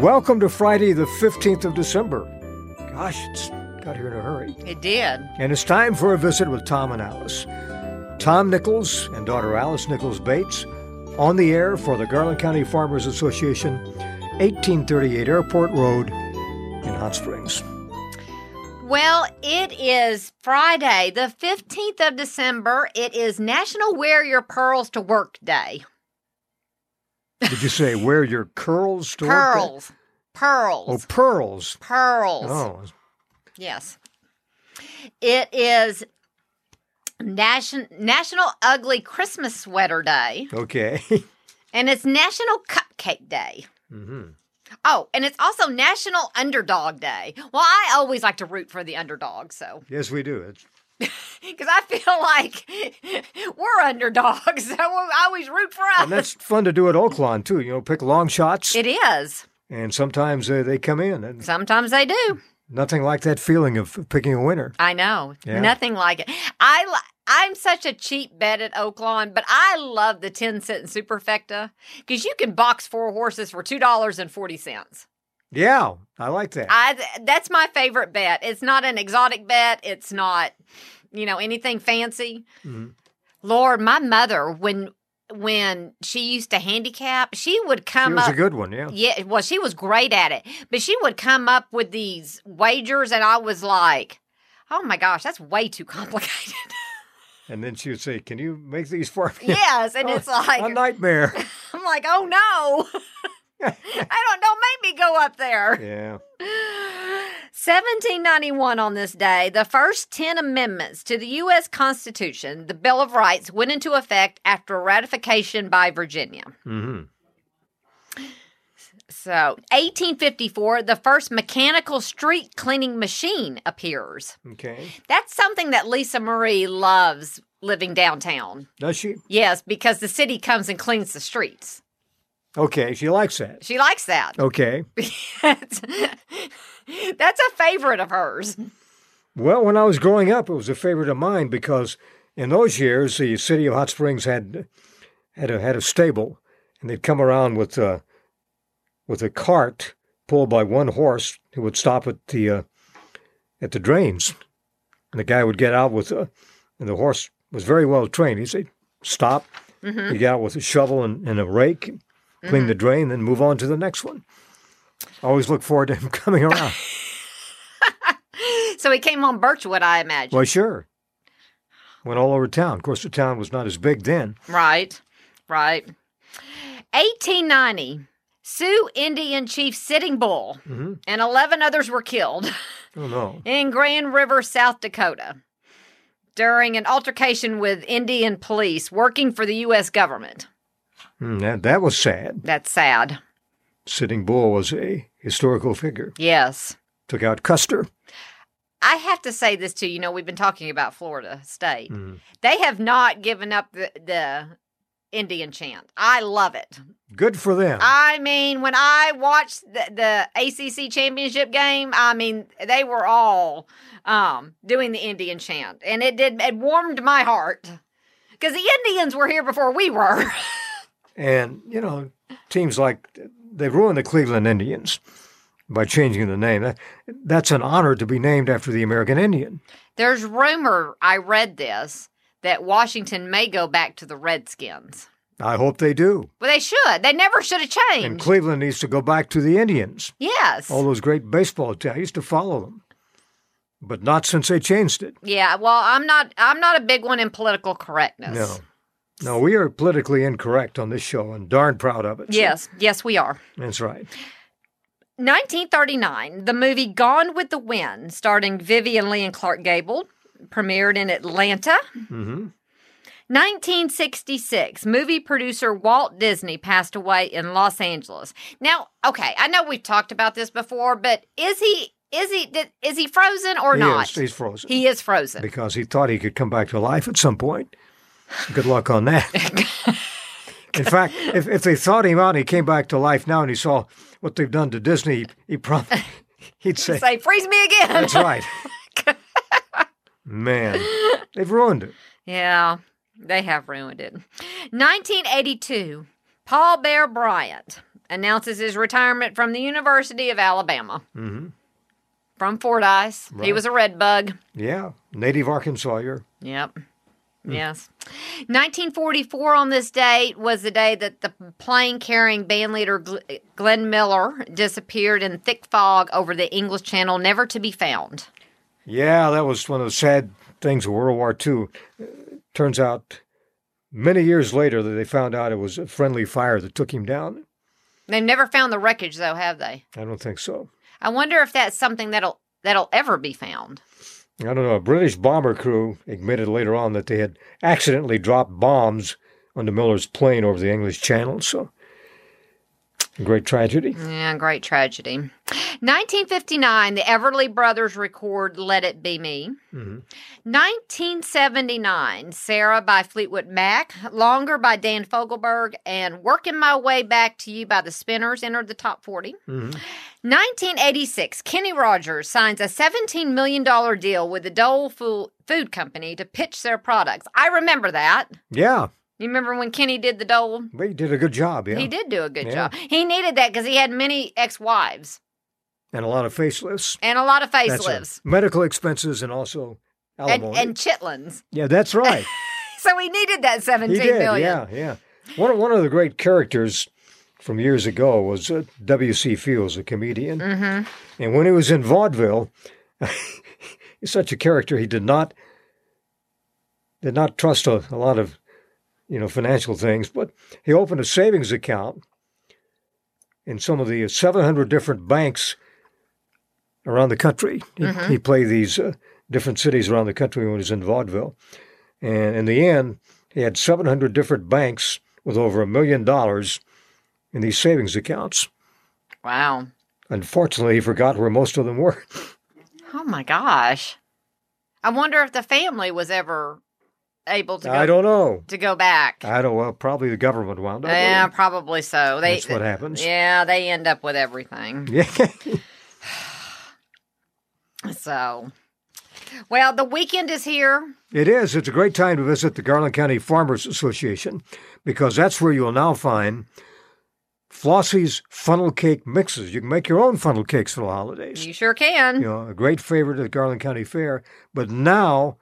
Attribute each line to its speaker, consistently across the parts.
Speaker 1: Welcome to Friday, the 15th of December. Gosh, it's got here in a hurry.
Speaker 2: It did.
Speaker 1: And it's time for a visit with Tom and Alice. Tom Nichols and daughter Alice Nichols Bates on the air for the Garland County Farmers Association, 1838 Airport Road in Hot Springs.
Speaker 2: Well, it is Friday, the 15th of December. It is National Wear Your Pearls to Work Day.
Speaker 1: Did you say wear your curls to work day?
Speaker 2: Pearls. Pearls.
Speaker 1: Oh, pearls.
Speaker 2: Pearls.
Speaker 1: Oh,
Speaker 2: Yes. It is Nation- National Ugly Christmas Sweater Day,
Speaker 1: okay.
Speaker 2: and it's National Cupcake Day.
Speaker 1: hmm
Speaker 2: Oh, and it's also National Underdog Day. Well, I always like to root for the underdog, so
Speaker 1: Yes, we do. It's,
Speaker 2: because I feel like we're underdogs, so I always root for
Speaker 1: and that's
Speaker 2: us.
Speaker 1: fun to do at Oaklawn, too. You know, pick long shots,
Speaker 2: It is.
Speaker 1: and sometimes uh, they come in. And
Speaker 2: Sometimes they do.
Speaker 1: nothing like that feeling of picking a winner.
Speaker 2: I know.
Speaker 1: Yeah.
Speaker 2: Nothing like it. I li- I'm such a cheap bet at Oaklawn, but I love the 10 cent superfecta because you can box four horses for $2.40.
Speaker 1: Yeah, I like that.
Speaker 2: I that's my favorite bet. It's not an exotic bet. It's not, you know, anything fancy.
Speaker 1: Mhm.
Speaker 2: Lord, my mother when when she used to handicap, she would
Speaker 1: It
Speaker 2: come
Speaker 1: was
Speaker 2: up.
Speaker 1: a good one, yeah.
Speaker 2: um, uh, yeah, well, she was great at it, but she would come up with these wagers, and I was like, "Oh my gosh, that's way too complicated."
Speaker 1: And then she would say, Can you make these for me?
Speaker 2: yes, and it's like
Speaker 1: a nightmare.
Speaker 2: I'm like, "Oh no, I don't don't make me go up there."
Speaker 1: yeah.
Speaker 2: 1791 on this day, the first 10 amendments to the U.S. Constitution, the Bill of Rights, went into effect after ratification by Virginia.
Speaker 1: hmm
Speaker 2: So, 1854, the first mechanical street cleaning machine appears.
Speaker 1: Okay.
Speaker 2: That's something that Lisa Marie loves living downtown.
Speaker 1: Does she?
Speaker 2: Yes, because the city comes and cleans the streets.
Speaker 1: Okay. She likes that.
Speaker 2: She likes that.
Speaker 1: Okay.
Speaker 2: That's a favorite of hers.
Speaker 1: Well, when I was growing up, it was a favorite of mine because in those years, the city of Hot Springs had had a, had a stable, and they'd come around with a, with a cart pulled by one horse who would stop at the uh, at the drains, and the guy would get out with a, and the horse was very well trained. He'd say, "Stop."
Speaker 2: Mhm.
Speaker 1: He'd get out with a shovel and, and a rake, clean the drain, then move on to the next one. Always look forward to him coming around.
Speaker 2: So he came on Birchwood, I imagine.
Speaker 1: Well, sure. Went all over town. Of course, the town was not as big then.
Speaker 2: Right, right. 1890, Sioux Indian chief Sitting Bull
Speaker 1: Mm-hmm.
Speaker 2: and 11 others were killed
Speaker 1: Oh no.
Speaker 2: in Grand River, South Dakota, during an altercation with Indian police working for the U.S. government.
Speaker 1: Mm, that, that was sad.
Speaker 2: That's sad.
Speaker 1: Sitting Bull was a historical figure.
Speaker 2: Yes.
Speaker 1: Took out Custer.
Speaker 2: I have to say this too. You know, we've been talking about Florida State.
Speaker 1: Mm.
Speaker 2: They have not given up the, the Indian chant. I love it.
Speaker 1: Good for them.
Speaker 2: I mean, when I watched the, the ACC championship game, I mean, they were all um, doing the Indian chant, and it did it warmed my heart because the Indians were here before we were.
Speaker 1: and you know, teams like they ruined the Cleveland Indians by changing the name. That, that's an honor to be named after the American Indian.
Speaker 2: There's rumor I read this that Washington may go back to the Redskins.
Speaker 1: I hope they do.
Speaker 2: Well, they should. They never should have
Speaker 1: And
Speaker 2: changed.
Speaker 1: Cleveland needs to go back to the Indians.
Speaker 2: yes.
Speaker 1: All those great baseball teams. I used to follow them, but not since they changed it.
Speaker 2: Yeah. Well, I'm not. I'm not a big one in political correctness.
Speaker 1: No. No, we are politically incorrect on this show and darn proud of it.
Speaker 2: Yes. Yes, we are.
Speaker 1: That's right.
Speaker 2: 1939, the movie Gone with the Wind, starring Vivian Lee and Clark Gable, premiered in Atlanta.
Speaker 1: hmm
Speaker 2: 1966, movie producer Walt Disney passed away in Los Angeles. Now, okay, I know we've talked about this before, but is he is he did- is he frozen or
Speaker 1: He
Speaker 2: not?
Speaker 1: is. He's frozen.
Speaker 2: he is frozen.
Speaker 1: because he thought he could come back to life at some point. Good luck on that. In fact, if, if they thought him out and he came back to life now and he saw what they've done to Disney, he, he probably, he'd say,
Speaker 2: Say, freeze me again.
Speaker 1: that's right. Man, they've ruined it.
Speaker 2: Yeah, they have ruined it. 1982, Paul Bear Bryant, announces his retirement from the University of Alabama
Speaker 1: hmm
Speaker 2: from Fordyce. He
Speaker 1: Right.
Speaker 2: was a red bug.
Speaker 1: Yeah, native Arkansaner.
Speaker 2: Yep. Yes. 1944 on this date was the day that the plane carrying band leader Gl- Glenn Miller disappeared in thick fog over the English Channel, never to be found.
Speaker 1: Yeah, that was one of the sad things of World War II. Uh, Turns out, many years later, that they found out it was a friendly fire that took him down.
Speaker 2: They've never found the wreckage though, have they?
Speaker 1: I don't think so.
Speaker 2: I wonder if that's something that'll that'll ever be found.
Speaker 1: I don't know. A British bomber crew admitted later on that they had accidentally dropped bombs onto Miller's plane over the English Channel. So, great tragedy.
Speaker 2: Yeah, great tragedy. 1959, the Everly Brothers record Let It Be Me.
Speaker 1: Mhm.
Speaker 2: 1979, Sarah by Fleetwood Mac, Longer by Dan Fogelberg, and Working My Way Back to You by the Spinners entered the top 40.
Speaker 1: Mhm.
Speaker 2: 1986, Kenny Rogers signs a $17 million deal with the Dole Fu- Food Company to pitch their products. I remember that.
Speaker 1: Yeah,
Speaker 2: You remember when Kenny did the Dole?
Speaker 1: they did a good job. Yeah,
Speaker 2: He did do a good
Speaker 1: Yeah.
Speaker 2: job. He needed that because he had many ex wives.
Speaker 1: and a lot of facelifts.
Speaker 2: and a lot of
Speaker 1: That's right.
Speaker 2: facelifts
Speaker 1: Medical expenses and also
Speaker 2: and,
Speaker 1: alimony.
Speaker 2: and chitlins.
Speaker 1: yeah, that's right.
Speaker 2: So he needed that
Speaker 1: He
Speaker 2: seventeen million.
Speaker 1: did. Yeah, yeah. One of, one of the great characters from years ago was uh, W.C. Fields, a comedian.
Speaker 2: Mm-hmm.
Speaker 1: And when he was in vaudeville, he's such a character. He did not did not trust a, a lot of you know financial things, but he opened a savings account in some of the 700 different banks around the country. He, he played these uh, different cities around the country when he was in vaudeville, and in the end, he had 700 different banks with over a million dollars in these savings accounts.
Speaker 2: Wow.
Speaker 1: Unfortunately, he forgot where most of them were.
Speaker 2: Oh my gosh. I wonder if the family was ever able to go
Speaker 1: I don't know.
Speaker 2: to go back.
Speaker 1: I don't. Well, probably the government wound up.
Speaker 2: yeah,
Speaker 1: with
Speaker 2: probably so.
Speaker 1: it.
Speaker 2: They
Speaker 1: that's what happens.
Speaker 2: Yeah, they end up with everything.
Speaker 1: Yeah.
Speaker 2: So well, the weekend is here.
Speaker 1: it is. It's a great time to visit the Garland County Farmers Association because that's where you'll now find Flossie's funnel cake mixes. You can make your own funnel cakes for the holidays.
Speaker 2: You sure can.
Speaker 1: You know, a great favorite at the Garland County Fair, but now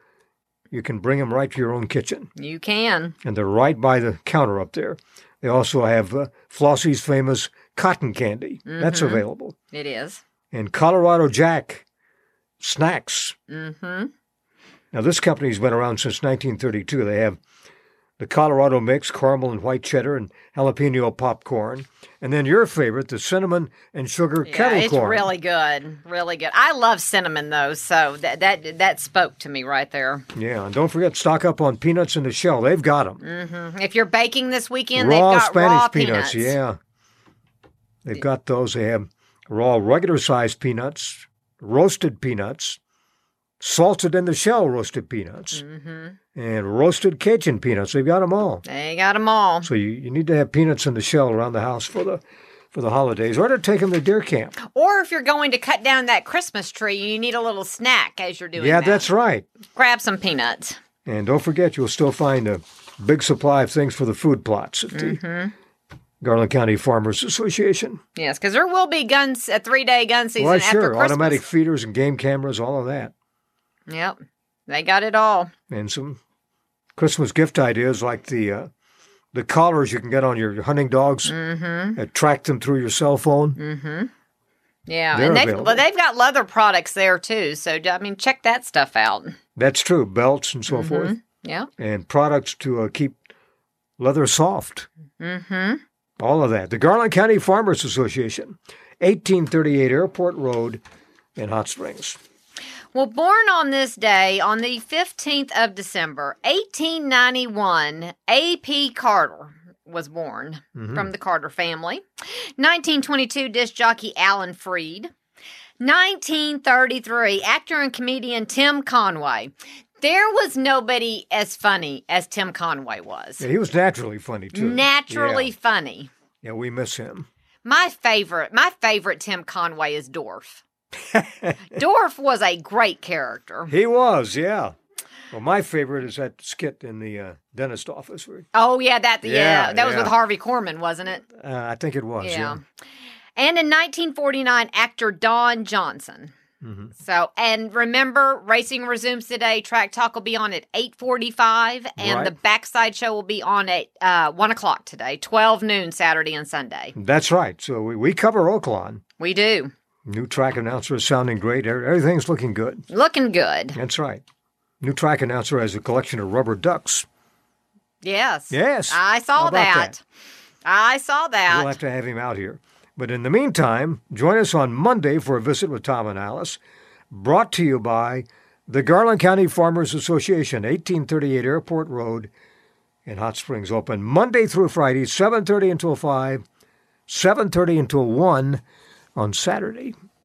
Speaker 1: you can bring them right to your own kitchen,
Speaker 2: You can.
Speaker 1: and they're right by the counter up there. They also have uh, Flossie's famous cotton candy. That's
Speaker 2: Mhm.
Speaker 1: available.
Speaker 2: It is.
Speaker 1: and Colorado Jack snacks.
Speaker 2: Mm-hmm.
Speaker 1: Now, this company's been around since 1932. They have the Colorado mix, caramel and white cheddar, and jalapeno popcorn, and then your favorite, the cinnamon and sugar
Speaker 2: Yeah,
Speaker 1: kettle
Speaker 2: it's
Speaker 1: corn.
Speaker 2: really good, really good. I love cinnamon though, so that that that spoke to me right there.
Speaker 1: yeah, and don't forget stock up on peanuts in the shell. They've got them.
Speaker 2: hmm If you're baking this weekend,
Speaker 1: raw
Speaker 2: they've got
Speaker 1: Spanish
Speaker 2: raw
Speaker 1: peanuts.
Speaker 2: peanuts.
Speaker 1: Yeah, they've got those. They have raw, regular-sized peanuts, roasted peanuts, salted in the shell roasted peanuts,
Speaker 2: Mm-hmm.
Speaker 1: and roasted Cajun peanuts. They've got them all.
Speaker 2: They got them all.
Speaker 1: So you, you need to have peanuts in the shell around the house for the for the holidays, or to take them to deer camp.
Speaker 2: Or if you're going to cut down that Christmas tree, you need a little snack as you're doing
Speaker 1: yeah,
Speaker 2: that.
Speaker 1: that's right.
Speaker 2: Grab some peanuts.
Speaker 1: And don't forget, you'll still find a big supply of things for the food plots at the
Speaker 2: Mm-hmm.
Speaker 1: Garland County Farmers Association.
Speaker 2: Yes, because there will be guns a three day gun season
Speaker 1: Why,
Speaker 2: after
Speaker 1: sure,
Speaker 2: Christmas.
Speaker 1: automatic feeders and game cameras, all of that,
Speaker 2: Yep, they got it all.
Speaker 1: and some Christmas gift ideas like the uh, the collars you can get on your hunting dogs,
Speaker 2: Mm-hmm.
Speaker 1: uh, track them through your cell phone.
Speaker 2: Mm-hmm. Yeah,
Speaker 1: They're
Speaker 2: and they've
Speaker 1: available.
Speaker 2: well, they've got leather products there too. So I mean, check that stuff out.
Speaker 1: That's true, belts and so
Speaker 2: Mm-hmm.
Speaker 1: forth,
Speaker 2: Yeah.
Speaker 1: and products to uh, keep leather soft.
Speaker 2: Mm-hmm.
Speaker 1: All of that. The Garland County Farmers Association, 1838 Airport Road in Hot Springs.
Speaker 2: Well, born on this day, on the 15th of December, 1891, A.P. Carter was born
Speaker 1: Mhm.
Speaker 2: from the Carter family. 1922, disc jockey Alan Freed. 1933, actor and comedian Tim Conway. There was nobody as funny as Tim Conway was.
Speaker 1: Yeah, he was naturally funny, too.
Speaker 2: Naturally
Speaker 1: Yeah,
Speaker 2: funny.
Speaker 1: Yeah, we miss him.
Speaker 2: My favorite, my favorite Tim Conway is Dorf. Dorf was a great character.
Speaker 1: He was, yeah. Well, my favorite is that skit in the uh, dentist office. Where,
Speaker 2: Oh yeah, that yeah,
Speaker 1: Yeah,
Speaker 2: that was
Speaker 1: yeah.
Speaker 2: with Harvey Korman, wasn't it?
Speaker 1: uh, I think it was.
Speaker 2: Yeah.
Speaker 1: Yeah.
Speaker 2: And in 1949, actor Don Johnson.
Speaker 1: Mhm.
Speaker 2: So, and remember, racing resumes today. Track Talk will be on at 8.45, and
Speaker 1: Right.
Speaker 2: the Backside Show will be on at uh, 1 o'clock today, 12 noon Saturday and Sunday.
Speaker 1: That's right. So we, we cover Oakland.
Speaker 2: We do.
Speaker 1: New track announcer is sounding great. Every- Everything's looking good.
Speaker 2: Looking good.
Speaker 1: That's right. New track announcer has a collection of rubber ducks.
Speaker 2: Yes.
Speaker 1: Yes.
Speaker 2: I
Speaker 1: How
Speaker 2: saw
Speaker 1: about that?
Speaker 2: that. I saw that.
Speaker 1: We'll have to have him out here. But in the meantime, join us on Monday for a visit with Tom and Alice, brought to you by the Garland County Farmers Association, 1838 Airport Road in Hot Springs, open Monday through Friday, 7:30 until 5, 7:30 until 1 on Saturday.